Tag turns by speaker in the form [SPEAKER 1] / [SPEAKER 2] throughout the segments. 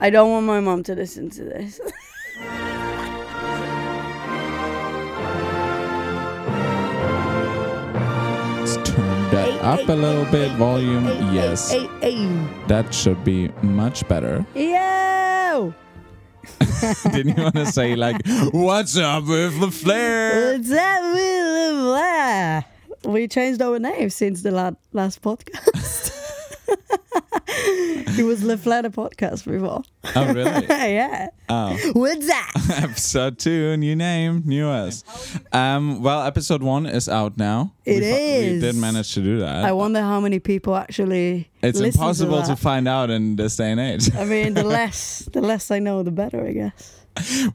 [SPEAKER 1] I don't want my mom to listen to this.
[SPEAKER 2] Let's turn that up a little bit. Volume, yes.
[SPEAKER 1] Hey, hey,
[SPEAKER 2] That should be much better.
[SPEAKER 1] yo!
[SPEAKER 2] Didn't you want to say, like, what's up with the flair?
[SPEAKER 1] What's up, blah, blah? We changed our name since the la- last podcast. it was La Flata podcast before.
[SPEAKER 2] Oh, really?
[SPEAKER 1] yeah.
[SPEAKER 2] Oh.
[SPEAKER 1] What's up?
[SPEAKER 2] episode two, new name, new us. Um, well, episode one is out now.
[SPEAKER 1] It
[SPEAKER 2] we fi-
[SPEAKER 1] is.
[SPEAKER 2] We did manage to do that.
[SPEAKER 1] I wonder how many people actually.
[SPEAKER 2] it's
[SPEAKER 1] listen
[SPEAKER 2] impossible
[SPEAKER 1] to,
[SPEAKER 2] to
[SPEAKER 1] that.
[SPEAKER 2] find out in this day and age.
[SPEAKER 1] I mean, the less the less I know, the better, I guess.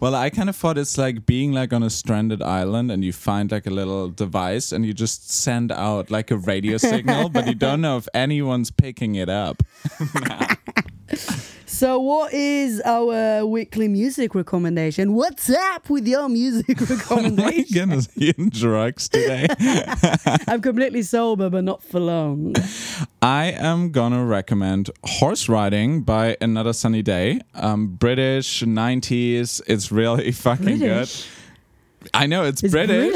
[SPEAKER 2] well, I kind of thought it's like being like on a stranded island and you find like a little device and you just send out like a radio signal, but you don't know if anyone's picking it up.
[SPEAKER 1] So, what is our weekly music recommendation? What's up with your music
[SPEAKER 2] My
[SPEAKER 1] recommendation?
[SPEAKER 2] goodness, you in drugs today.
[SPEAKER 1] I'm completely sober, but not for long.
[SPEAKER 2] I am gonna recommend Horse Riding by Another Sunny Day. Um, British 90s. It's really fucking
[SPEAKER 1] British?
[SPEAKER 2] good. I know it's,
[SPEAKER 1] It's
[SPEAKER 2] British,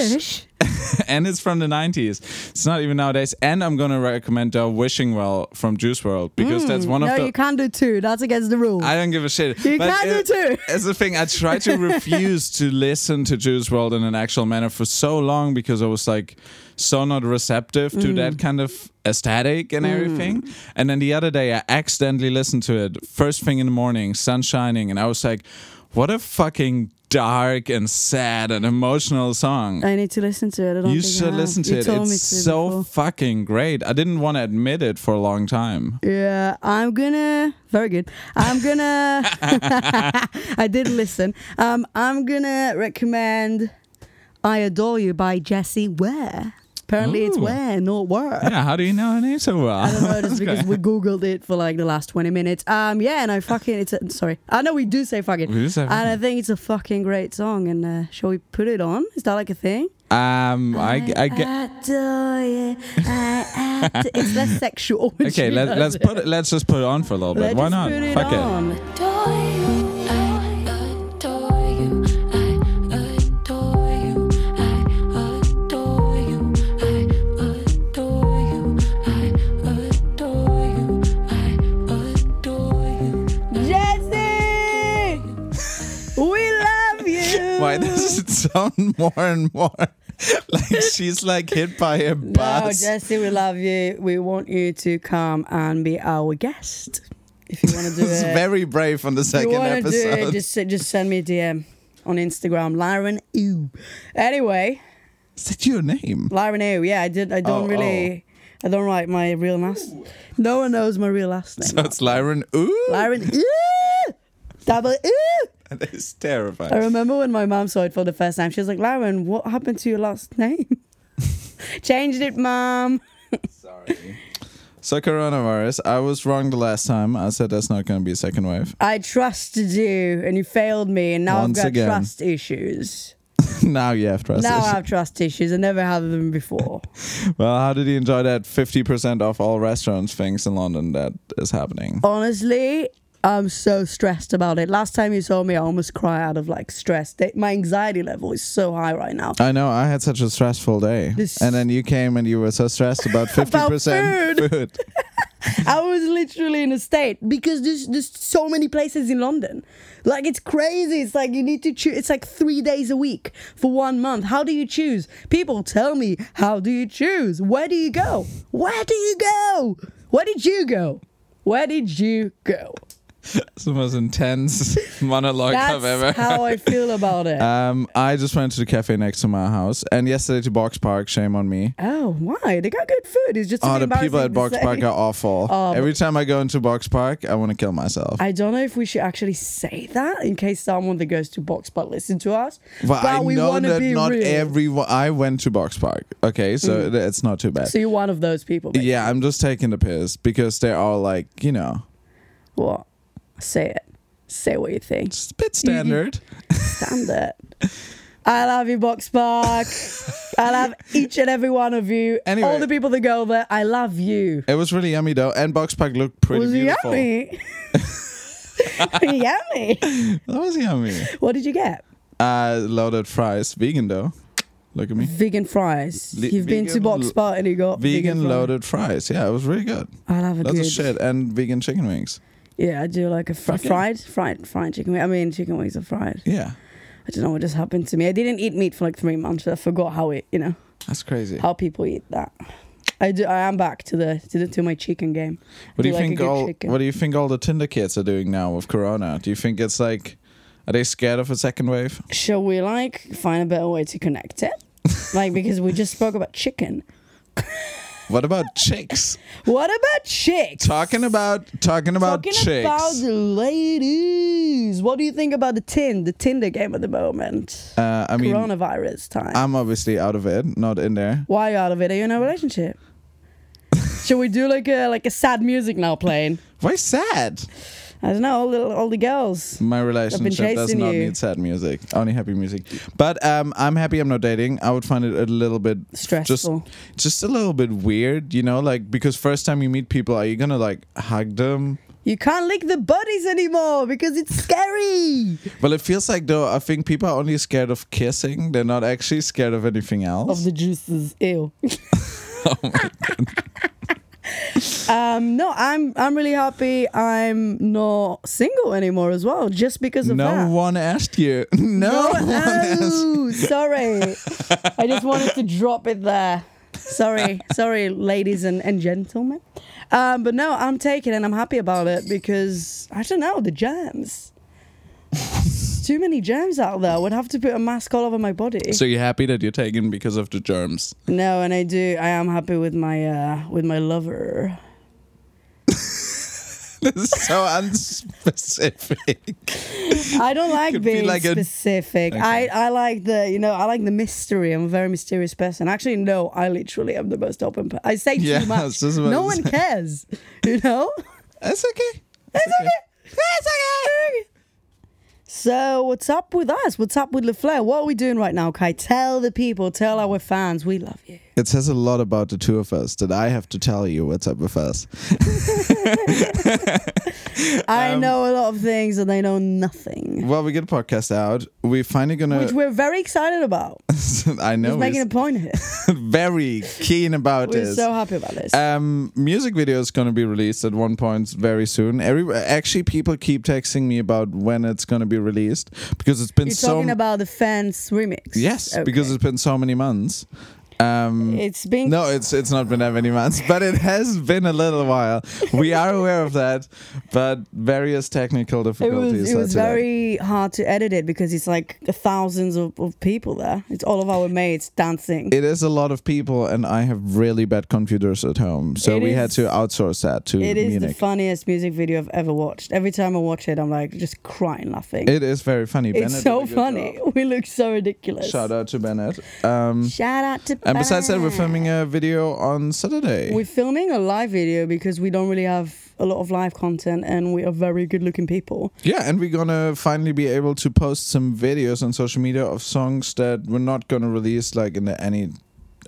[SPEAKER 1] British.
[SPEAKER 2] and it's from the 90s. It's not even nowadays. And I'm gonna recommend uh, Wishing Well from Juice World because that's one
[SPEAKER 1] No,
[SPEAKER 2] of the.
[SPEAKER 1] you can't do two. That's against the rules.
[SPEAKER 2] I don't give a shit.
[SPEAKER 1] You
[SPEAKER 2] But
[SPEAKER 1] can't do two.
[SPEAKER 2] it- It's the thing. I tried to refuse to listen to Juice World in an actual manner for so long because I was like so not receptive to
[SPEAKER 1] Mm.
[SPEAKER 2] that kind of aesthetic and everything. And then the other day, I accidentally listened to it first thing in the morning, sun shining, and I was like, "What a fucking dark and sad and emotional song."
[SPEAKER 1] I need to listen to it. I don't
[SPEAKER 2] you
[SPEAKER 1] think I
[SPEAKER 2] should
[SPEAKER 1] have.
[SPEAKER 2] listen to
[SPEAKER 1] You
[SPEAKER 2] it.
[SPEAKER 1] told me
[SPEAKER 2] It's
[SPEAKER 1] to
[SPEAKER 2] so
[SPEAKER 1] before.
[SPEAKER 2] fucking great. I didn't want to admit it for a long time.
[SPEAKER 1] Yeah, I'm gonna. Very good. I'm gonna. I did listen. Um, I'm gonna recommend "I Adore You" by Jessie Ware. Apparently, it's
[SPEAKER 2] Ooh.
[SPEAKER 1] Ware, not Ware.
[SPEAKER 2] Yeah, how do you know her name so well?
[SPEAKER 1] I don't know, Oh, just because we googled it for like the last twenty minutes. Um, yeah, and I fucking it's a, sorry. I know we do say fucking,
[SPEAKER 2] We do say
[SPEAKER 1] and I think it's a fucking great song. And uh, shall we put it on? Is that like a thing?
[SPEAKER 2] Um, I, I get.
[SPEAKER 1] adore you. I ad- it's less sexual. when
[SPEAKER 2] Okay,
[SPEAKER 1] she
[SPEAKER 2] let,
[SPEAKER 1] does
[SPEAKER 2] let's
[SPEAKER 1] it.
[SPEAKER 2] put it, let's just put it on for a little
[SPEAKER 1] Let's
[SPEAKER 2] bit. Why
[SPEAKER 1] just
[SPEAKER 2] not?
[SPEAKER 1] put it
[SPEAKER 2] Fuck it.
[SPEAKER 1] on.
[SPEAKER 3] adore you. I adore you. I adore you. I adore you. I adore you. I adore you. I adore you.
[SPEAKER 1] Jesse, we love you.
[SPEAKER 2] Why does it sound more and more like she's like hit by a
[SPEAKER 1] No,
[SPEAKER 2] bus?
[SPEAKER 1] Jesse, we love you. We want you to come and be our guest. If you want to do
[SPEAKER 2] it's
[SPEAKER 1] it,
[SPEAKER 2] very brave on the
[SPEAKER 1] if you
[SPEAKER 2] second
[SPEAKER 1] wanna do
[SPEAKER 2] episode.
[SPEAKER 1] it, just just send me a DM on Instagram, Lyron Ew. Anyway,
[SPEAKER 2] Is that your name?
[SPEAKER 1] Lyron Ew. Yeah, I did. I don't
[SPEAKER 2] Oh,
[SPEAKER 1] really. I don't write my real last. No one knows my real last name.
[SPEAKER 2] So it's Lyron. Ooh,
[SPEAKER 1] Lyron Ew. Double Ew.
[SPEAKER 2] that is terrifying.
[SPEAKER 1] I remember when my mom saw it for the first time. She was like, Lauren, what happened to your last name? Changed it, mom.
[SPEAKER 2] Sorry. So coronavirus, I was wrong the last time. I said there's not going to be a second wave.
[SPEAKER 1] I trusted you and you failed me, and now
[SPEAKER 2] Once
[SPEAKER 1] I've got
[SPEAKER 2] again.
[SPEAKER 1] trust issues.
[SPEAKER 2] now you have trust
[SPEAKER 1] Now I
[SPEAKER 2] issues.
[SPEAKER 1] have trust issues. I never had them before.
[SPEAKER 2] Well, how did you enjoy that 50% off all restaurants things in London that is happening?
[SPEAKER 1] Honestly, I'm so stressed about it. Last time you saw me, I almost cried out of like stress. They- My anxiety level is so high right now.
[SPEAKER 2] I know. I had such a stressful day,
[SPEAKER 1] This-
[SPEAKER 2] and then you came and you were so stressed about fifty percent
[SPEAKER 1] food.
[SPEAKER 2] food.
[SPEAKER 1] I was literally in a state because there's there's so many places in London. Like it's crazy. It's like you need to choose. It's like three days a week for one month. How do you choose? People tell me, how do you choose? Where do you go? Where do you go? Where did you go? Where did you go?
[SPEAKER 2] It's the most intense monologue I've ever.
[SPEAKER 1] That's how I feel about it.
[SPEAKER 2] um, I just went to the cafe next to my house, and yesterday to Box Park. Shame on me.
[SPEAKER 1] oh, why? They got good food. It's just a
[SPEAKER 2] Oh,
[SPEAKER 1] bit
[SPEAKER 2] the people
[SPEAKER 1] embarrassing
[SPEAKER 2] at
[SPEAKER 1] to
[SPEAKER 2] Box
[SPEAKER 1] say.
[SPEAKER 2] Park are awful.
[SPEAKER 1] Oh,
[SPEAKER 2] Every time I go into Box Park, I want to kill myself.
[SPEAKER 1] I don't know if we should actually say that in case someone that goes to Box Park listen to us.
[SPEAKER 2] but I
[SPEAKER 1] we
[SPEAKER 2] know
[SPEAKER 1] wanna
[SPEAKER 2] that
[SPEAKER 1] be
[SPEAKER 2] not
[SPEAKER 1] real. Mm.
[SPEAKER 2] everyone. I went to Box Park. Okay, so th- it's not too bad.
[SPEAKER 1] So you're one of those people. Basically.
[SPEAKER 2] yeah, I'm just taking the piss because they're all like, you know,
[SPEAKER 1] What? Say it. Say what you think.
[SPEAKER 2] it's a bit standard.
[SPEAKER 1] Stand it. I love you, Box Park. I love each and every one of you.
[SPEAKER 2] Anyway.
[SPEAKER 1] All the people that go there, I love you.
[SPEAKER 2] It was really yummy though, and Box Park looked pretty
[SPEAKER 1] Was it
[SPEAKER 2] beautiful.
[SPEAKER 1] yummy? Yummy.
[SPEAKER 2] That was yummy.
[SPEAKER 1] What did you get?
[SPEAKER 2] Uh, loaded fries, vegan though. Look at me.
[SPEAKER 1] Vegan fries.
[SPEAKER 2] Li-
[SPEAKER 1] You've been to
[SPEAKER 2] vegan
[SPEAKER 1] Box
[SPEAKER 2] lo-
[SPEAKER 1] Bar and you got
[SPEAKER 2] Vegan,
[SPEAKER 1] fries.
[SPEAKER 2] loaded fries. Yeah, it was really good.
[SPEAKER 1] I'll have a
[SPEAKER 2] That's a
[SPEAKER 1] good.
[SPEAKER 2] shit. And vegan chicken wings.
[SPEAKER 1] Yeah, I do like a fr-
[SPEAKER 2] Okay.
[SPEAKER 1] fried, fried, fried chicken. wing. I mean, chicken wings are fried.
[SPEAKER 2] Yeah,
[SPEAKER 1] I don't know what just happened to me. I didn't eat meat for like three months. So I forgot how it, you know,
[SPEAKER 2] that's crazy.
[SPEAKER 1] how people eat that. I do. I am back to the to the to my chicken game.
[SPEAKER 2] What do you
[SPEAKER 1] like a
[SPEAKER 2] think
[SPEAKER 1] good
[SPEAKER 2] all
[SPEAKER 1] chicken.
[SPEAKER 2] What do you think all the Tinder kids are doing now with Corona? Do you think it's like, are they scared of a second wave?
[SPEAKER 1] Shall we like find a better way to connect it? like because we just spoke about chicken.
[SPEAKER 2] What about chicks?
[SPEAKER 1] What about chicks?
[SPEAKER 2] Talking about talking about
[SPEAKER 1] Talking
[SPEAKER 2] chicks.
[SPEAKER 1] about the ladies. What do you think about the tin, the Tinder game at the moment?
[SPEAKER 2] uh, I mean,
[SPEAKER 1] Coronavirus time.
[SPEAKER 2] I'm obviously out of it, not in there.
[SPEAKER 1] Why are you out of it? Are you in a relationship? Should we do like a like a sad music now playing?
[SPEAKER 2] Why sad?
[SPEAKER 1] I don't know, all the, all the girls.
[SPEAKER 2] My relationship does
[SPEAKER 1] chasing
[SPEAKER 2] not
[SPEAKER 1] you.
[SPEAKER 2] need sad music. Only happy music. But um, I'm happy I'm not dating. I would find it a little bit
[SPEAKER 1] Stressful.
[SPEAKER 2] Just, just a little bit weird, you know, like because first time you meet people, are you gonna like hug them?
[SPEAKER 1] You can't lick the bodies anymore because it's scary.
[SPEAKER 2] Well, it feels like though I think people are only scared of kissing. They're not actually scared of anything
[SPEAKER 1] of
[SPEAKER 2] else.
[SPEAKER 1] the juices. Ew.
[SPEAKER 2] Oh
[SPEAKER 1] um, no, I'm I'm really happy I'm not single anymore as well, just because of
[SPEAKER 2] no
[SPEAKER 1] that.
[SPEAKER 2] one asked you. No, one asked.
[SPEAKER 1] Oh, sorry. I just wanted to drop it there. Sorry, sorry, ladies and, and gentlemen. Um, but no, I'm taking it and I'm happy about it because I don't know, the germs. Too many germs out there. I would have to put a mask all over my body.
[SPEAKER 2] So you're happy that you're taken because of the germs.
[SPEAKER 1] No, and I do. I am happy with my uh with my lover.
[SPEAKER 2] this is so unspecific.
[SPEAKER 1] I don't like
[SPEAKER 2] Could be
[SPEAKER 1] being
[SPEAKER 2] like a-
[SPEAKER 1] specific. I I like the you know I like the mystery. I'm a very mysterious person. Actually, no, I literally am the most open. Per- I say
[SPEAKER 2] Yeah, I
[SPEAKER 1] too
[SPEAKER 2] was
[SPEAKER 1] much.
[SPEAKER 2] just about
[SPEAKER 1] No
[SPEAKER 2] to
[SPEAKER 1] one
[SPEAKER 2] say.
[SPEAKER 1] cares. You know.
[SPEAKER 2] That's okay.
[SPEAKER 1] It's okay. It's okay. So what's up with us? What's up with Lafleur? What are we doing right now, Kai? Tell the people, tell our fans, we love you.
[SPEAKER 2] It says a lot about the two of us that I have to tell you what's up with us. Um,
[SPEAKER 1] I know a lot of things and I know nothing,
[SPEAKER 2] Well, we get a podcast out. We're finally gonna.
[SPEAKER 1] which we're very excited about.
[SPEAKER 2] I know.
[SPEAKER 1] Just making a
[SPEAKER 2] We're
[SPEAKER 1] point here.
[SPEAKER 2] very keen about
[SPEAKER 1] We're
[SPEAKER 2] this.
[SPEAKER 1] so happy about this.
[SPEAKER 2] um, music video is gonna be released at one point very soon. Every actually, people keep texting me about when it's gonna be released because it's been
[SPEAKER 1] You're
[SPEAKER 2] so.
[SPEAKER 1] talking about the fans remix.
[SPEAKER 2] yes, because
[SPEAKER 1] Okay.
[SPEAKER 2] it's been so many months. Um,
[SPEAKER 1] it's been
[SPEAKER 2] No, it's it's not been that many months, but it has been a little while. We are aware of that, but various technical
[SPEAKER 1] it
[SPEAKER 2] difficulties.
[SPEAKER 1] was it
[SPEAKER 2] led
[SPEAKER 1] was
[SPEAKER 2] to that.
[SPEAKER 1] very hard to edit it because it's like thousands of, of people there. It's all of our mates dancing.
[SPEAKER 2] It is a lot of people, and I have really bad computers at home, so
[SPEAKER 1] It
[SPEAKER 2] we
[SPEAKER 1] is-
[SPEAKER 2] had to outsource that to
[SPEAKER 1] it is the
[SPEAKER 2] Munich.
[SPEAKER 1] funniest music video I've ever watched. Every time I watch it, I'm like just crying laughing.
[SPEAKER 2] it is very funny. Bennett
[SPEAKER 1] it's
[SPEAKER 2] did a
[SPEAKER 1] so
[SPEAKER 2] good
[SPEAKER 1] funny.
[SPEAKER 2] job.
[SPEAKER 1] We look so ridiculous.
[SPEAKER 2] Shout out to Bennett. Um,
[SPEAKER 1] Shout out to.
[SPEAKER 2] and besides that, we're
[SPEAKER 1] Bang.
[SPEAKER 2] filming a video on Saturday.
[SPEAKER 1] We're filming a live video because we don't really have a lot of live content, and we are very good-looking people.
[SPEAKER 2] yeah, and we're gonna finally be able to post some videos on social media of songs that we're not gonna release like in the any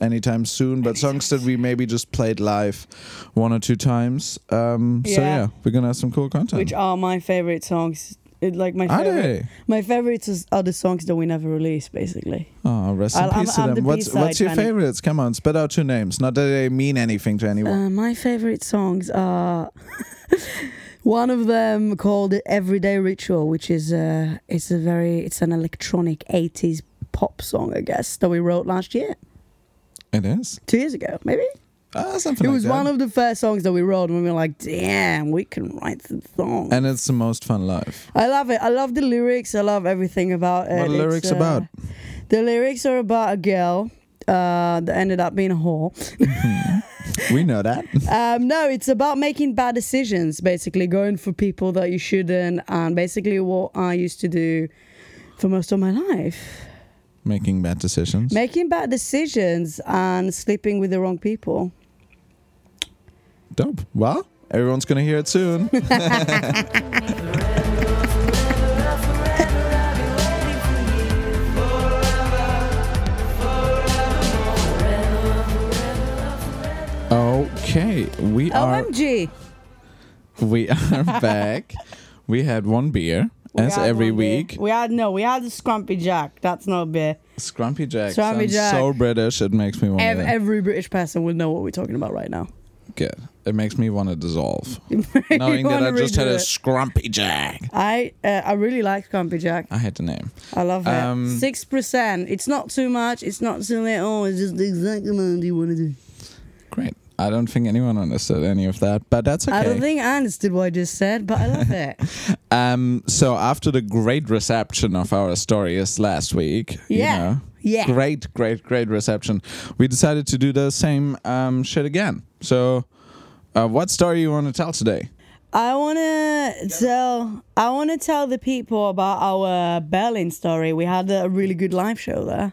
[SPEAKER 2] anytime soon, but songs that we maybe just played live one or two times. Um, So
[SPEAKER 1] Yeah.
[SPEAKER 2] yeah, we're gonna have some cool content.
[SPEAKER 1] which are my favorite songs. It, like my
[SPEAKER 2] Are
[SPEAKER 1] favorite,
[SPEAKER 2] they?
[SPEAKER 1] my favorites is, are the songs that we never release, basically.
[SPEAKER 2] Oh, rest
[SPEAKER 1] I'll-
[SPEAKER 2] in
[SPEAKER 1] I'm-
[SPEAKER 2] peace
[SPEAKER 1] I'm
[SPEAKER 2] to
[SPEAKER 1] the
[SPEAKER 2] them. What's
[SPEAKER 1] B-side
[SPEAKER 2] what's your
[SPEAKER 1] kind of-
[SPEAKER 2] favorites? Come on, spit out two names. Not that they mean anything to anyone.
[SPEAKER 1] Uh, my favorite songs are one of them called "Everyday Ritual," which is uh, it's a very it's an electronic '80s pop song, I guess, that we wrote last year,
[SPEAKER 2] it is.
[SPEAKER 1] two years ago, maybe.
[SPEAKER 2] Uh, something
[SPEAKER 1] it
[SPEAKER 2] like
[SPEAKER 1] was
[SPEAKER 2] that.
[SPEAKER 1] one of the first songs that we wrote, and we were like, "Damn, we can write the song."
[SPEAKER 2] and it's the most fun live.
[SPEAKER 1] I love it. I love the lyrics. I love everything about it.
[SPEAKER 2] What are the
[SPEAKER 1] It's,
[SPEAKER 2] lyrics
[SPEAKER 1] uh,
[SPEAKER 2] about?
[SPEAKER 1] The lyrics are about a girl uh, that ended up being a whore.
[SPEAKER 2] We know that.
[SPEAKER 1] Um, no, it's about making bad decisions, basically going for people that you shouldn't, and basically what I used to do for most of my life,
[SPEAKER 2] Making bad decisions.
[SPEAKER 1] making bad decisions and sleeping with the wrong people.
[SPEAKER 2] Dope. Well, everyone's gonna hear it soon. Okay, we are
[SPEAKER 1] OMG! Oh,
[SPEAKER 2] we are back We had one beer, as
[SPEAKER 1] had
[SPEAKER 2] every
[SPEAKER 1] one beer.
[SPEAKER 2] week.
[SPEAKER 1] We had no, we had the Scrumpy Jack. That's not a beer.
[SPEAKER 2] Scrumpy Jack.
[SPEAKER 1] Scrumpy
[SPEAKER 2] sounds
[SPEAKER 1] Jack.
[SPEAKER 2] so British. It makes me want
[SPEAKER 1] Ev-
[SPEAKER 2] to
[SPEAKER 1] every British person will know what we're talking about right now.
[SPEAKER 2] get. It makes me want to dissolve. Knowing that
[SPEAKER 1] wanna
[SPEAKER 2] I just had
[SPEAKER 1] redo
[SPEAKER 2] a
[SPEAKER 1] it.
[SPEAKER 2] Scrumpy Jack.
[SPEAKER 1] I uh, I really like Scrumpy Jack.
[SPEAKER 2] I had the name.
[SPEAKER 1] I love
[SPEAKER 2] Um,
[SPEAKER 1] it. Six percent. It's not too much. It's not too little. It's just the exact amount you want to do.
[SPEAKER 2] Great. I don't think anyone understood any of that, but that's okay.
[SPEAKER 1] I don't think I understood what I just said, but I love it.
[SPEAKER 2] Um, so after the great reception of our stories last week,
[SPEAKER 1] Yeah.
[SPEAKER 2] you know,
[SPEAKER 1] Yeah.
[SPEAKER 2] great, great, great reception, we decided to do the same um, shit again. So, uh, what story you want to tell today?
[SPEAKER 1] I wanna tell I wanna tell the people about our Berlin story. We had a really good live show there.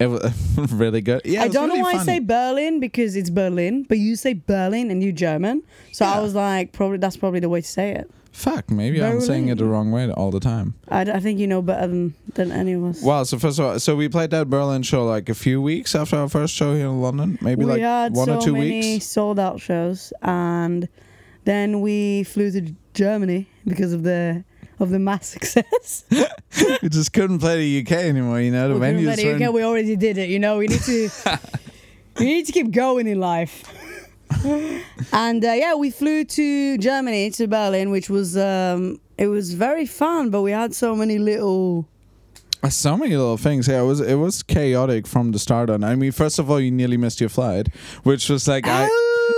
[SPEAKER 2] It was really good. Yeah, it
[SPEAKER 1] I
[SPEAKER 2] was
[SPEAKER 1] don't
[SPEAKER 2] really
[SPEAKER 1] know why I
[SPEAKER 2] funny.
[SPEAKER 1] say Berlin because it's Berlin, but you say Berlin and you German, so I
[SPEAKER 2] Yeah.
[SPEAKER 1] was like, probably that's probably the way to say it.
[SPEAKER 2] Fuck, maybe I'm
[SPEAKER 1] Berlin.
[SPEAKER 2] saying it the wrong way all the time.
[SPEAKER 1] I, d- I think you know better than, than any of us.
[SPEAKER 2] Wow. So first of all, so we played that Berlin show like a few weeks after our first show here in London, maybe
[SPEAKER 1] we
[SPEAKER 2] like
[SPEAKER 1] had
[SPEAKER 2] one
[SPEAKER 1] so
[SPEAKER 2] or two
[SPEAKER 1] many
[SPEAKER 2] weeks.
[SPEAKER 1] sold out shows, and then we flew to Germany because of the of the mass success.
[SPEAKER 2] we just couldn't play the UK anymore. You know, the
[SPEAKER 1] Well, couldn't
[SPEAKER 2] venues.
[SPEAKER 1] let it
[SPEAKER 2] weren't-
[SPEAKER 1] go. we already did it. You know, we need to we need to keep going in life. and uh, yeah, we flew to Germany to Berlin, which was um, it was very fun, but we had so many little.
[SPEAKER 2] Uh, So many little things. Yeah, it was it was chaotic from the start on. I mean, first of all, you nearly missed your flight, which was like I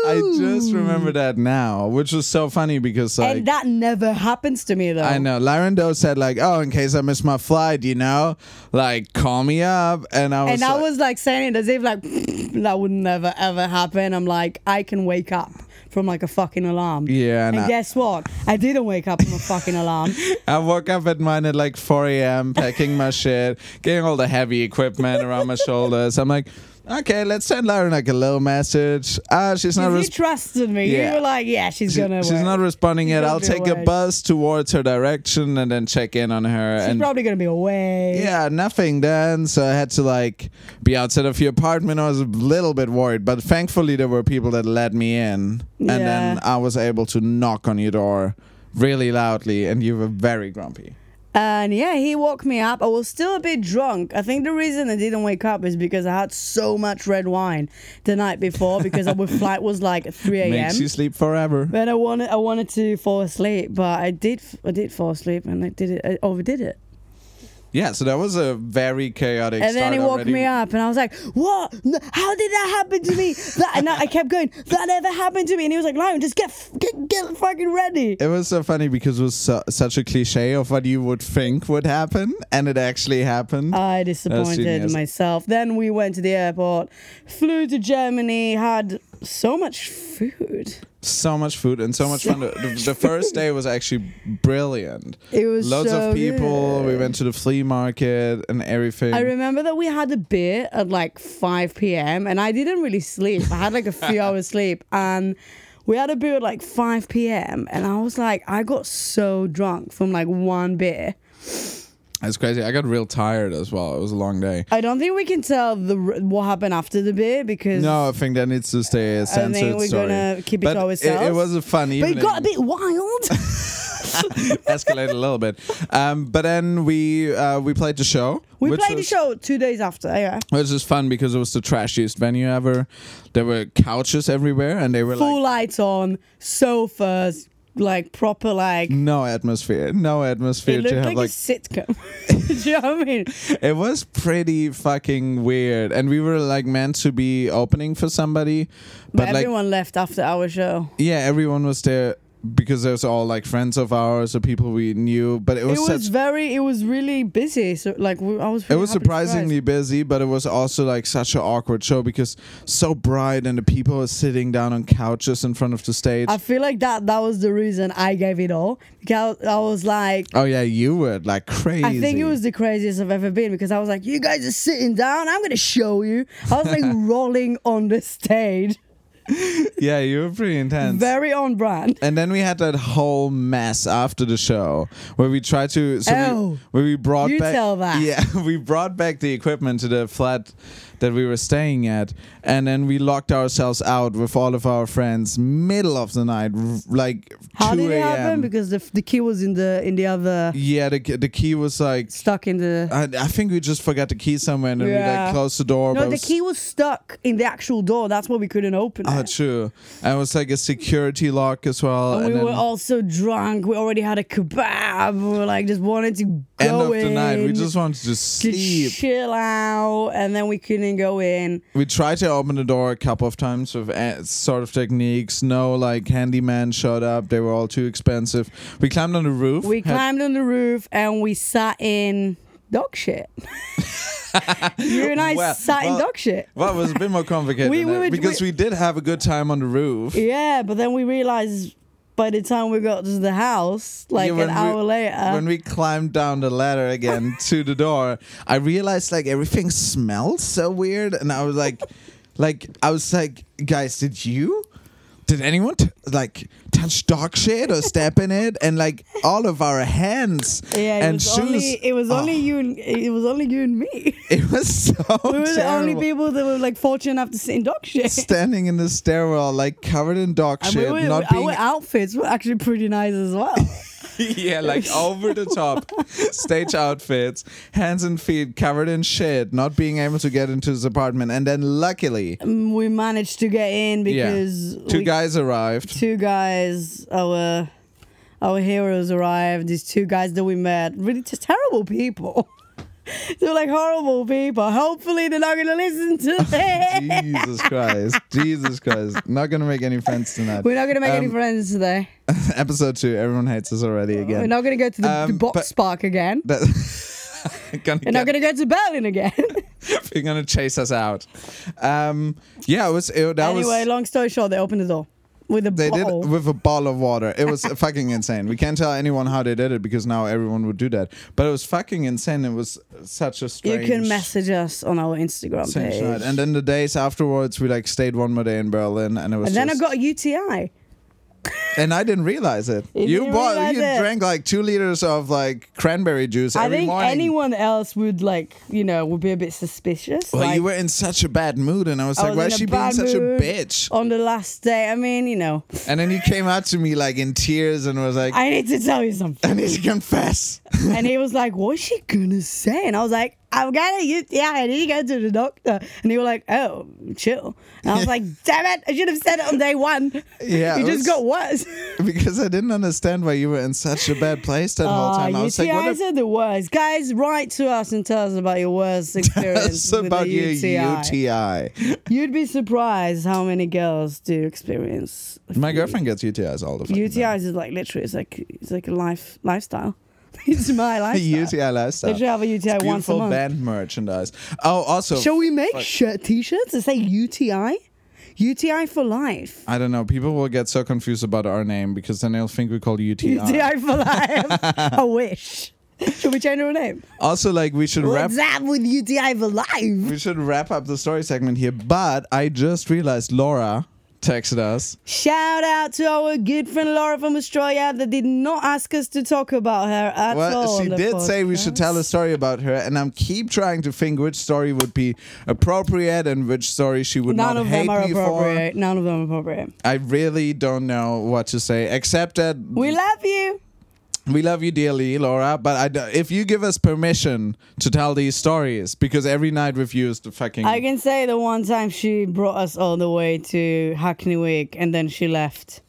[SPEAKER 2] I just
[SPEAKER 1] Oh.
[SPEAKER 2] remember that now, which was so funny because like
[SPEAKER 1] and that never happens to me though.
[SPEAKER 2] I know Larendo said like, oh, in case I miss my flight, you know, like call me up, and I was
[SPEAKER 1] And I
[SPEAKER 2] like-
[SPEAKER 1] was like saying it as if like that would never ever happen. I'm like, I can wake up from like a fucking alarm.
[SPEAKER 2] Yeah,
[SPEAKER 1] And
[SPEAKER 2] and I-
[SPEAKER 1] guess what? I didn't wake up from a fucking alarm.
[SPEAKER 2] I woke up at mine at like 4 a.m. packing my shit, getting all the heavy equipment around my shoulders. I'm like, okay, let's send Lauren like a little message. Ah, she's not
[SPEAKER 1] you
[SPEAKER 2] responding.
[SPEAKER 1] trusted me.
[SPEAKER 2] Yeah.
[SPEAKER 1] You were like, yeah, she's
[SPEAKER 2] She-
[SPEAKER 1] gonna.
[SPEAKER 2] she's
[SPEAKER 1] work.
[SPEAKER 2] not responding yet.
[SPEAKER 1] gonna
[SPEAKER 2] I'll
[SPEAKER 1] be
[SPEAKER 2] take a
[SPEAKER 1] away.
[SPEAKER 2] bus towards her direction and then check in on her.
[SPEAKER 1] She's
[SPEAKER 2] and
[SPEAKER 1] probably gonna be away.
[SPEAKER 2] yeah, nothing then. So I had to like be outside of your apartment. I was a little bit worried, but thankfully there were people that let me in,
[SPEAKER 1] Yeah.
[SPEAKER 2] and then I was able to knock on your door really loudly, and you were very grumpy.
[SPEAKER 1] And yeah, he woke me up. I was still a bit drunk. I think the reason I didn't wake up is because I had so much red wine the night before because our flight was like at 3 a.m.
[SPEAKER 2] Makes you sleep forever.
[SPEAKER 1] But I wanted I wanted to fall asleep, but I did I did fall asleep and I did it I overdid it.
[SPEAKER 2] Yeah, so that was a very chaotic.
[SPEAKER 1] And then
[SPEAKER 2] start
[SPEAKER 1] he woke
[SPEAKER 2] already.
[SPEAKER 1] me up, and I was like, "What? No, how did that happen to me?" That, and I I kept going, "That never happened to me." And he was like, "Lion, just get f- get, get fucking ready."
[SPEAKER 2] It was so funny because it was su- such a cliche of what you would think would happen, and it actually happened.
[SPEAKER 1] I
[SPEAKER 2] genius.
[SPEAKER 1] disappointed myself. Then we went to the airport, flew to Germany, had so much food.
[SPEAKER 2] so much food and so much fun. the, the first day was actually brilliant.
[SPEAKER 1] It was
[SPEAKER 2] loads
[SPEAKER 1] so
[SPEAKER 2] of people. We
[SPEAKER 1] good.
[SPEAKER 2] went to the flea market and everything.
[SPEAKER 1] I remember that we had a beer at like 5 p.m. and I didn't really sleep. I had like a few hours sleep and we had a beer at like 5 p.m. and I was like, I got so drunk from like one beer.
[SPEAKER 2] it's crazy. I got real tired as well. It was a long day.
[SPEAKER 1] I don't think we can tell the r- what happened after the beer because
[SPEAKER 2] No, I think that needs to stay a
[SPEAKER 1] think
[SPEAKER 2] censored
[SPEAKER 1] we're
[SPEAKER 2] story.
[SPEAKER 1] gonna keep it
[SPEAKER 2] but
[SPEAKER 1] to
[SPEAKER 2] It, it
[SPEAKER 1] ourselves.
[SPEAKER 2] was a fun
[SPEAKER 1] but
[SPEAKER 2] evening.
[SPEAKER 1] it got a bit wild.
[SPEAKER 2] escalated a little bit. Um, but then we uh, we played the show.
[SPEAKER 1] we
[SPEAKER 2] which
[SPEAKER 1] played
[SPEAKER 2] was-
[SPEAKER 1] the show two days after. Yeah.
[SPEAKER 2] Which is fun because it was the trashiest venue ever. There were couches everywhere, and they were like
[SPEAKER 1] Full lights on, sofas, like proper like.
[SPEAKER 2] no atmosphere, no atmosphere
[SPEAKER 1] It
[SPEAKER 2] to
[SPEAKER 1] looked
[SPEAKER 2] Mm, have
[SPEAKER 1] like,
[SPEAKER 2] like
[SPEAKER 1] a sitcom. Do you know what I mean?
[SPEAKER 2] it was pretty fucking weird and we were like meant to be opening for somebody
[SPEAKER 1] But,
[SPEAKER 2] but, like
[SPEAKER 1] everyone left after our show.
[SPEAKER 2] yeah everyone was there because there's all like friends of ours or people we knew but it was,
[SPEAKER 1] it was
[SPEAKER 2] such
[SPEAKER 1] very it was really busy so like we- i was
[SPEAKER 2] it
[SPEAKER 1] really
[SPEAKER 2] was
[SPEAKER 1] happy
[SPEAKER 2] surprisingly
[SPEAKER 1] surprised.
[SPEAKER 2] busy but it was also like such an awkward show because so bright and the people were sitting down on couches in front of the stage
[SPEAKER 1] i feel like that that was the reason i gave it all because i was like
[SPEAKER 2] oh yeah you were like crazy
[SPEAKER 1] I think it was the craziest I've ever been because I was like, "You guys are sitting down. I'm gonna show you." I was like rolling on the stage,
[SPEAKER 2] yeah you were pretty intense
[SPEAKER 1] very on brand.
[SPEAKER 2] And then we had that whole mess after the show where we tried to so we-
[SPEAKER 1] Oh.
[SPEAKER 2] where we brought
[SPEAKER 1] You
[SPEAKER 2] back
[SPEAKER 1] tell that.
[SPEAKER 2] yeah we brought back the equipment to the flat that we were staying at, and then we locked ourselves out with all of our friends middle of the night, r- like
[SPEAKER 1] How
[SPEAKER 2] two
[SPEAKER 1] did it happen?
[SPEAKER 2] a.m.
[SPEAKER 1] Because the f- the key was in the in the other
[SPEAKER 2] yeah, the the key was like
[SPEAKER 1] stuck in the.
[SPEAKER 2] I, I think we just forgot the key somewhere, and then we
[SPEAKER 1] Yeah.
[SPEAKER 2] like closed the door. but
[SPEAKER 1] No,
[SPEAKER 2] it
[SPEAKER 1] the
[SPEAKER 2] was-
[SPEAKER 1] key was stuck in the actual door. That's why we couldn't open
[SPEAKER 2] Oh,
[SPEAKER 1] it.
[SPEAKER 2] true. And it was like a security lock as well.
[SPEAKER 1] And
[SPEAKER 2] and
[SPEAKER 1] we
[SPEAKER 2] then
[SPEAKER 1] were all so drunk. We already had a kebab. We were like just wanted to go
[SPEAKER 2] end of the night, we
[SPEAKER 1] in,
[SPEAKER 2] just wanted
[SPEAKER 1] to
[SPEAKER 2] to sleep.
[SPEAKER 1] chill out, and then we couldn't go in.
[SPEAKER 2] we tried to open the door a couple of times with a- sort of techniques. No, like handyman showed up. They were all too expensive. We climbed on the roof.
[SPEAKER 1] We
[SPEAKER 2] had-
[SPEAKER 1] climbed on the roof and we sat in dog shit. you and I
[SPEAKER 2] Well,
[SPEAKER 1] sat in
[SPEAKER 2] well-
[SPEAKER 1] dog shit.
[SPEAKER 2] Well, it was a bit more complicated
[SPEAKER 1] We-
[SPEAKER 2] than
[SPEAKER 1] we
[SPEAKER 2] that,
[SPEAKER 1] would-
[SPEAKER 2] because we, did have a good time on the roof.
[SPEAKER 1] Yeah, but then we realized by the time we got to the house, like
[SPEAKER 2] Yeah,
[SPEAKER 1] an
[SPEAKER 2] when
[SPEAKER 1] hour
[SPEAKER 2] we,
[SPEAKER 1] later,
[SPEAKER 2] When we climbed down the ladder again to the door, I realized like everything smelled so weird, and I was like, like I was like, guys, did you? Did anyone t- like touch dog shit or step in it? And like all of our hands
[SPEAKER 1] yeah, it
[SPEAKER 2] and
[SPEAKER 1] was
[SPEAKER 2] shoes.
[SPEAKER 1] only it was
[SPEAKER 2] Oh,
[SPEAKER 1] only you and it was only you and me.
[SPEAKER 2] It was so.
[SPEAKER 1] We were the only
[SPEAKER 2] terrible.
[SPEAKER 1] people that were like fortunate enough to sit in dog shit.
[SPEAKER 2] standing in the stairwell, like covered in dog
[SPEAKER 1] And
[SPEAKER 2] shit,
[SPEAKER 1] we were,
[SPEAKER 2] not
[SPEAKER 1] our
[SPEAKER 2] being
[SPEAKER 1] outfits were actually pretty nice as well.
[SPEAKER 2] yeah, like over the top stage outfits, hands and feet covered in shit, not being able to get into his apartment. And then luckily,
[SPEAKER 1] Mm, we managed to get in
[SPEAKER 2] yeah,
[SPEAKER 1] because
[SPEAKER 2] two
[SPEAKER 1] we,
[SPEAKER 2] guys arrived.
[SPEAKER 1] two guys, our our heroes arrived. These two guys that we met, really just terrible people. They're like horrible people. Hopefully, they're not gonna listen to this.
[SPEAKER 2] Jesus Christ. Jesus Christ. Not going to make any friends tonight.
[SPEAKER 1] We're not gonna make any
[SPEAKER 2] Um,
[SPEAKER 1] friends today.
[SPEAKER 2] Episode two. Everyone hates us already again.
[SPEAKER 1] We're not gonna go to the, the
[SPEAKER 2] um,
[SPEAKER 1] box
[SPEAKER 2] but-
[SPEAKER 1] park again.
[SPEAKER 2] That- gonna
[SPEAKER 1] We're not
[SPEAKER 2] get-
[SPEAKER 1] gonna go to Berlin again.
[SPEAKER 2] You're gonna chase us out. Um, yeah, it was. It, that was,
[SPEAKER 1] anyway, long story short, they opened the door with a
[SPEAKER 2] They
[SPEAKER 1] bottle.
[SPEAKER 2] did it with a ball of water. It was fucking insane. We can't tell anyone how they did it because now everyone would do that. But it was fucking insane. It was such a strange.
[SPEAKER 1] you can message us on our Instagram
[SPEAKER 2] strange
[SPEAKER 1] page.
[SPEAKER 2] night. And then the days afterwards, we like stayed one more day in Berlin, and it was.
[SPEAKER 1] And then I
[SPEAKER 2] just-
[SPEAKER 1] got a UTI.
[SPEAKER 2] and I didn't realize it.
[SPEAKER 1] You
[SPEAKER 2] You
[SPEAKER 1] didn't
[SPEAKER 2] bought.
[SPEAKER 1] realize
[SPEAKER 2] You
[SPEAKER 1] it.
[SPEAKER 2] drank like two liters of like cranberry juice
[SPEAKER 1] I
[SPEAKER 2] every
[SPEAKER 1] think
[SPEAKER 2] morning.
[SPEAKER 1] anyone else would like, you know, would be a bit suspicious.
[SPEAKER 2] Well,
[SPEAKER 1] like,
[SPEAKER 2] you were in such a bad mood, and I was
[SPEAKER 1] I
[SPEAKER 2] like,
[SPEAKER 1] was
[SPEAKER 2] "Why
[SPEAKER 1] in
[SPEAKER 2] is
[SPEAKER 1] a
[SPEAKER 2] she being
[SPEAKER 1] bad
[SPEAKER 2] such a
[SPEAKER 1] mood.
[SPEAKER 2] bitch?"
[SPEAKER 1] on the last day. I mean, you know,
[SPEAKER 2] And then you came out to me like in tears and was like, "I,
[SPEAKER 1] I need to tell you something.
[SPEAKER 2] need to confess."
[SPEAKER 1] and he was like, What's she gonna say? And I was like, I've got a UTI. I need to go to the doctor. And he was like, Oh, chill. And I was like, Damn it, I should have said it on day one.
[SPEAKER 2] Yeah,
[SPEAKER 1] it
[SPEAKER 2] it
[SPEAKER 1] just
[SPEAKER 2] was-
[SPEAKER 1] got worse.
[SPEAKER 2] because I didn't understand why you were in such a bad place that whole
[SPEAKER 1] Ah,
[SPEAKER 2] time. I was like, what
[SPEAKER 1] UTIs
[SPEAKER 2] the
[SPEAKER 1] are the worst. Guys, write to us and tell us about your worst experience.
[SPEAKER 2] f-
[SPEAKER 1] with
[SPEAKER 2] about
[SPEAKER 1] a
[SPEAKER 2] your
[SPEAKER 1] UTI.
[SPEAKER 2] UTI?
[SPEAKER 1] You'd be surprised how many girls do experience
[SPEAKER 2] My girlfriend gets UTIs all the fucking time.
[SPEAKER 1] UTIs is like literally it's like it's like a life lifestyle. it's my lifestyle.
[SPEAKER 2] UTI lifestyle.
[SPEAKER 1] They should have a UTI
[SPEAKER 2] It's
[SPEAKER 1] once a
[SPEAKER 2] beautiful
[SPEAKER 1] month.
[SPEAKER 2] band merchandise. Oh, also,
[SPEAKER 1] Shall we make shirt t-shirts that say UTI? UTI for life.
[SPEAKER 2] I don't know. People will get so confused about our name because then they'll think we call you UTI.
[SPEAKER 1] UTI for life. I wish. Should we change our name?
[SPEAKER 2] Also, like we should wrap.
[SPEAKER 1] What's up with UTI for life?
[SPEAKER 2] We should wrap up the story segment here. But I just realized Laura texted us.
[SPEAKER 1] Shout out to our good friend Laura from Australia that did not ask us to talk about her at all.
[SPEAKER 2] Well,
[SPEAKER 1] on
[SPEAKER 2] she
[SPEAKER 1] the
[SPEAKER 2] did say we should
[SPEAKER 1] podcast.
[SPEAKER 2] tell a story about her, and I'm keep trying to think which story would be appropriate and which story she would
[SPEAKER 1] None
[SPEAKER 2] not
[SPEAKER 1] of
[SPEAKER 2] hate
[SPEAKER 1] them are
[SPEAKER 2] me for.
[SPEAKER 1] appropriate. None of them are appropriate.
[SPEAKER 2] I really don't know what to say, except that
[SPEAKER 1] We
[SPEAKER 2] we,
[SPEAKER 1] love you.
[SPEAKER 2] love you dearly, Laura. But I do- if you give us permission to tell these stories, because every night with you is the fucking.
[SPEAKER 1] I can say the one time she brought us all the way to Hackney Week and then she left.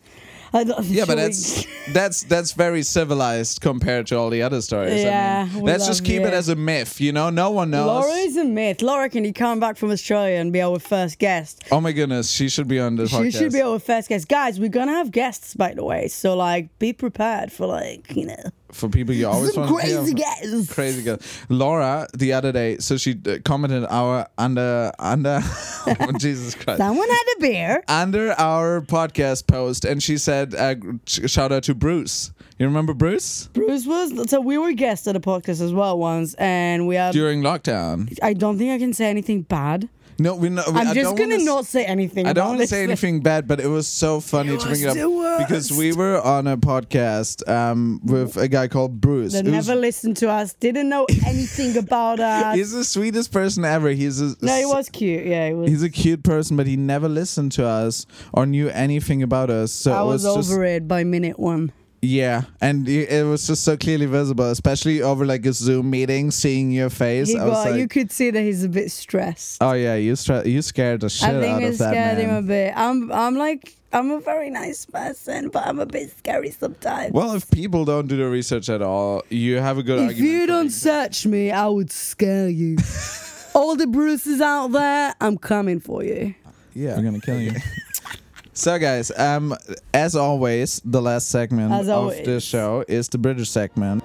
[SPEAKER 1] I don't,
[SPEAKER 2] yeah,
[SPEAKER 1] should
[SPEAKER 2] but
[SPEAKER 1] we-
[SPEAKER 2] that's that's that's very civilized compared to all the other stories.
[SPEAKER 1] Yeah,
[SPEAKER 2] I mean,
[SPEAKER 1] we
[SPEAKER 2] let's just
[SPEAKER 1] love
[SPEAKER 2] keep it
[SPEAKER 1] you.
[SPEAKER 2] as a myth. You know, no one knows.
[SPEAKER 1] Laura is a myth. Laura, can you come back from Australia and be our first guest?
[SPEAKER 2] oh my goodness, she should be on this
[SPEAKER 1] She
[SPEAKER 2] podcast.
[SPEAKER 1] should be our first guest. Guys, we're gonna have guests, by the way. So like, be prepared for like, you know,
[SPEAKER 2] for people you always
[SPEAKER 1] some
[SPEAKER 2] want to
[SPEAKER 1] crazy guests.
[SPEAKER 2] crazy girl. Laura the other day, so she uh, commented our under under oh, Jesus Christ.
[SPEAKER 1] Someone had a beer.
[SPEAKER 2] Under our podcast post, and she said, uh, sh- "Shout out to Bruce. You remember Bruce
[SPEAKER 1] Bruce was so we were guests at a podcast as well once, and we have.
[SPEAKER 2] during lockdown?
[SPEAKER 1] I don't think I can say anything bad.
[SPEAKER 2] No, we. No,
[SPEAKER 1] I'm
[SPEAKER 2] I
[SPEAKER 1] just
[SPEAKER 2] don't
[SPEAKER 1] gonna
[SPEAKER 2] wanna s-
[SPEAKER 1] not say anything.
[SPEAKER 2] I
[SPEAKER 1] about
[SPEAKER 2] don't want to
[SPEAKER 1] this.
[SPEAKER 2] say anything bad, but it was so funny to bring
[SPEAKER 1] was
[SPEAKER 2] it up
[SPEAKER 1] the worst.
[SPEAKER 2] because we were on a podcast um, with a guy called Bruce.
[SPEAKER 1] They
[SPEAKER 2] who's-
[SPEAKER 1] never listened to us. Didn't know anything about us.
[SPEAKER 2] He's the sweetest person ever. He's a
[SPEAKER 1] no, it was cute. Yeah, it was.
[SPEAKER 2] he's a cute person, but he never listened to us or knew anything about us. So
[SPEAKER 1] I
[SPEAKER 2] it
[SPEAKER 1] was,
[SPEAKER 2] was, just
[SPEAKER 1] over it by minute one.
[SPEAKER 2] yeah, and it it was just so clearly visible, especially over like a Zoom meeting, seeing your face.
[SPEAKER 1] He
[SPEAKER 2] I was
[SPEAKER 1] got,
[SPEAKER 2] like,
[SPEAKER 1] you could see that he's a bit stressed.
[SPEAKER 2] oh yeah, you stra- you scared the shit
[SPEAKER 1] I think
[SPEAKER 2] Oh, out
[SPEAKER 1] it
[SPEAKER 2] of that
[SPEAKER 1] scared
[SPEAKER 2] man.
[SPEAKER 1] him a bit. I'm, I'm like, I'm a very nice person, but I'm a bit scary sometimes.
[SPEAKER 2] well, if people don't do the research at all, you have a good
[SPEAKER 1] if
[SPEAKER 2] argument.
[SPEAKER 1] you
[SPEAKER 2] for
[SPEAKER 1] don't
[SPEAKER 2] being-
[SPEAKER 1] search me, I would scare you. All the bruises out there, I'm coming for you.
[SPEAKER 2] yeah,
[SPEAKER 4] I'm gonna kill you.
[SPEAKER 2] So, guys, um, as always, the last segment
[SPEAKER 1] As
[SPEAKER 2] of
[SPEAKER 1] always.
[SPEAKER 2] this show is the British segment.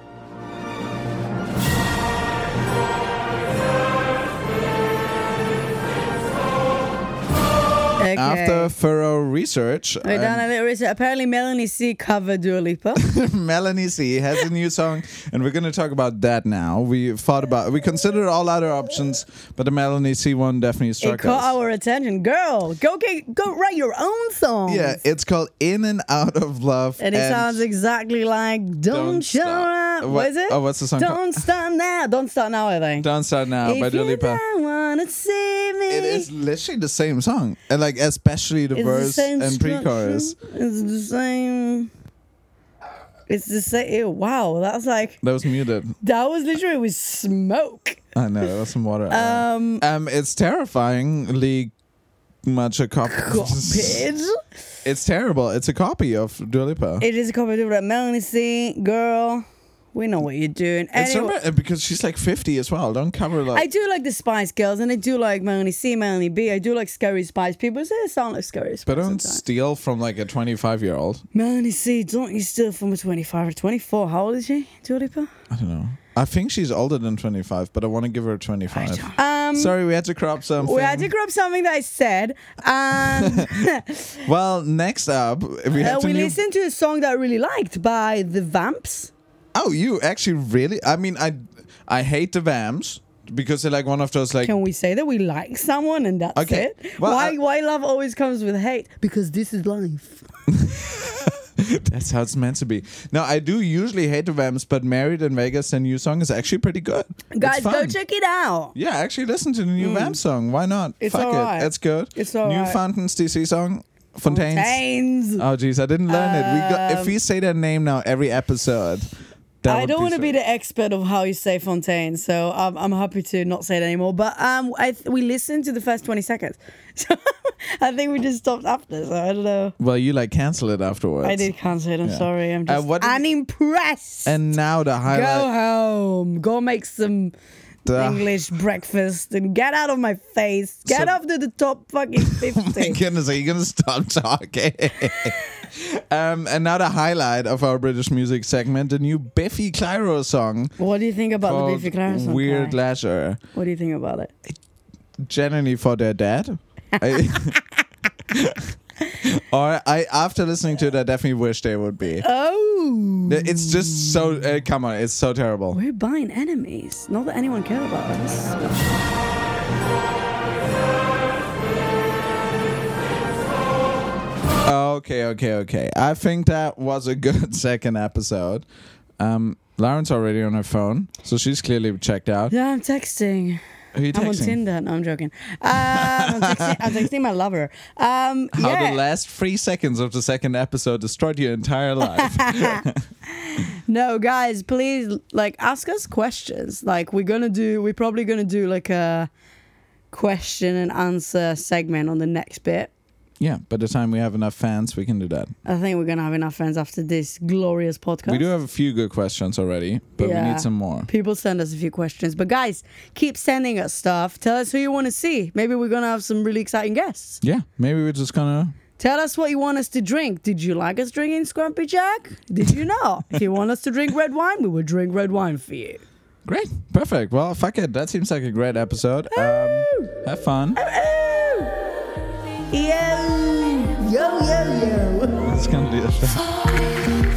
[SPEAKER 1] Okay.
[SPEAKER 2] After thorough research,
[SPEAKER 1] We've done a
[SPEAKER 2] um,
[SPEAKER 1] little research. Apparently, Melanie C covered Dua Lipa.
[SPEAKER 2] Melanie C has a new song, and we're going to talk about that now. We thought about, we considered all other options, but the Melanie C one definitely
[SPEAKER 1] it
[SPEAKER 2] struck
[SPEAKER 1] caught
[SPEAKER 2] us.
[SPEAKER 1] our attention. Girl, go get, go write your own song.
[SPEAKER 2] yeah, it's called "In and Out of Love,"
[SPEAKER 1] And it sounds exactly like Don't,
[SPEAKER 2] Don't
[SPEAKER 1] Shut Up.
[SPEAKER 2] Stop.
[SPEAKER 1] What
[SPEAKER 2] What-
[SPEAKER 1] is it?
[SPEAKER 2] oh, what's the song
[SPEAKER 1] Don't
[SPEAKER 2] called?
[SPEAKER 1] Stop Now. Don't Stop Now, I think.
[SPEAKER 2] "Don't Start Now"
[SPEAKER 1] if
[SPEAKER 2] by Dua
[SPEAKER 1] you
[SPEAKER 2] Lipa.
[SPEAKER 1] don't wanna see me.
[SPEAKER 2] It is literally the same song, and like especially the
[SPEAKER 1] It's the
[SPEAKER 2] verse
[SPEAKER 1] same
[SPEAKER 2] and pre-chorus.
[SPEAKER 1] structure. It's the same. It's the same. Ew, wow, that's like
[SPEAKER 2] That was muted.
[SPEAKER 1] that was literally with smoke.
[SPEAKER 2] I know that was some water.
[SPEAKER 1] Um,
[SPEAKER 2] Um, it's terrifyingly much a copy.
[SPEAKER 1] copied.
[SPEAKER 2] It's terrible. It's a copy of Dua Lipa.
[SPEAKER 1] it is a copy of that Melanie C. Girl, we know what you're doing.
[SPEAKER 2] it's
[SPEAKER 1] Anyway,
[SPEAKER 2] so bad, because she's like 50 as well. Don't cover like.
[SPEAKER 1] I do like the Spice Girls, and I do like Melanie C, Melanie B. I do like Scary Spice. People say they sound like Scary Spice.
[SPEAKER 2] but don't
[SPEAKER 1] sometimes.
[SPEAKER 2] steal from like a 25 year old.
[SPEAKER 1] Melanie C, don't you steal from a 25 or 24? How old is she, Dua Lipa?
[SPEAKER 2] I don't know. I think she's older than 25, but I want to give her 25.
[SPEAKER 1] Um,
[SPEAKER 2] Sorry, we had to crop something.
[SPEAKER 1] we had to grab something that I said, and
[SPEAKER 2] well, next up, we
[SPEAKER 1] Uh,
[SPEAKER 2] have to.
[SPEAKER 1] we
[SPEAKER 2] new-
[SPEAKER 1] listened to a song that I really liked by the Vamps.
[SPEAKER 2] Oh, you actually really? I mean, I I hate the Vams because they're like one of those like
[SPEAKER 1] Can we say that we like someone and that's
[SPEAKER 2] Okay.
[SPEAKER 1] it?
[SPEAKER 2] Well,
[SPEAKER 1] why
[SPEAKER 2] I-
[SPEAKER 1] why love always comes with hate? Because this is life.
[SPEAKER 2] That's how it's meant to be. Now, I do usually hate the Vamps, but Married in Vegas, their new song, is actually pretty good. It's
[SPEAKER 1] Guys, go
[SPEAKER 2] fun.
[SPEAKER 1] check it out.
[SPEAKER 2] Yeah, actually listen to the new Vamps song. Why not?
[SPEAKER 1] Hmm. It's
[SPEAKER 2] Fuck
[SPEAKER 1] alright.
[SPEAKER 2] it. It's good.
[SPEAKER 1] It's
[SPEAKER 2] New
[SPEAKER 1] alright.
[SPEAKER 2] Fountains DC song, Fontaines.
[SPEAKER 1] Tains.
[SPEAKER 2] Oh, jeez, I didn't learn it. We got,
[SPEAKER 1] Um,
[SPEAKER 2] If we say their name now every episode, that
[SPEAKER 1] I
[SPEAKER 2] would
[SPEAKER 1] don't want to
[SPEAKER 2] so-
[SPEAKER 1] be the expert of how you say Fontaine, so I'm, I'm happy to not say it anymore. But um, I th- we listened to the first 20 seconds. So I think we just stopped after, so I don't know.
[SPEAKER 2] Well, you like cancel it afterwards.
[SPEAKER 1] I did cancel it. I'm
[SPEAKER 2] Yeah.
[SPEAKER 1] sorry. I'm
[SPEAKER 2] Uh,
[SPEAKER 1] just
[SPEAKER 2] what did-
[SPEAKER 1] unimpressed.
[SPEAKER 2] And now the
[SPEAKER 1] go
[SPEAKER 2] highlight.
[SPEAKER 1] home. Go make some
[SPEAKER 2] Duh.
[SPEAKER 1] English breakfast and get out of my face. Get
[SPEAKER 2] So- Oh
[SPEAKER 1] off to the top fucking 50.
[SPEAKER 2] My goodness, are you gonna stop talking? um, and now the highlight of our British music segment: the new Biffy Clyro song.
[SPEAKER 1] What do you think about the
[SPEAKER 2] called
[SPEAKER 1] Biffy Clyro
[SPEAKER 2] Weird
[SPEAKER 1] guy?
[SPEAKER 2] Leisure.
[SPEAKER 1] What do you think about it?
[SPEAKER 2] Generally for their dad. I- or I after listening to it, I definitely wish they would be.
[SPEAKER 1] Oh,
[SPEAKER 2] It's just so
[SPEAKER 1] Mm.
[SPEAKER 2] uh, come on, it's so terrible.
[SPEAKER 1] we're buying enemies. Not that anyone cares about us.
[SPEAKER 2] Okay, okay, okay. I think that was a good second episode. Um, Lauren's already on her phone, so she's clearly checked out.
[SPEAKER 1] Yeah, I'm texting.
[SPEAKER 2] Who are you
[SPEAKER 1] I'm on
[SPEAKER 2] texting?
[SPEAKER 1] Tinder. No, I'm joking. Um, I'm, texting, I'm texting my lover. Um,
[SPEAKER 2] How
[SPEAKER 1] yeah.
[SPEAKER 2] the last three seconds of the second episode destroyed your entire life.
[SPEAKER 1] no, guys, please like ask us questions. Like we're gonna do. We're probably gonna do like a question and answer segment on the next bit.
[SPEAKER 2] yeah, by the time we have enough fans, we can do that.
[SPEAKER 1] I think we're gonna have enough friends after this glorious podcast.
[SPEAKER 2] We do have a few good questions already, but we
[SPEAKER 1] Yeah.
[SPEAKER 2] need some more.
[SPEAKER 1] People send us a few questions, but guys, keep sending us stuff. Tell us who you want to see. Maybe we're gonna have some really exciting guests.
[SPEAKER 2] Yeah, maybe we're just gonna.
[SPEAKER 1] Tell us what you want us to drink. Did you like us drinking Scrumpy Jack? Did you not? if you want us to drink red wine, we will drink red wine for you.
[SPEAKER 2] Great, perfect. Well, fuck it. That seems like a great episode. Um, have fun.
[SPEAKER 1] Ooh. Yo, yo, yo.
[SPEAKER 2] It's gonna do
[SPEAKER 3] For you,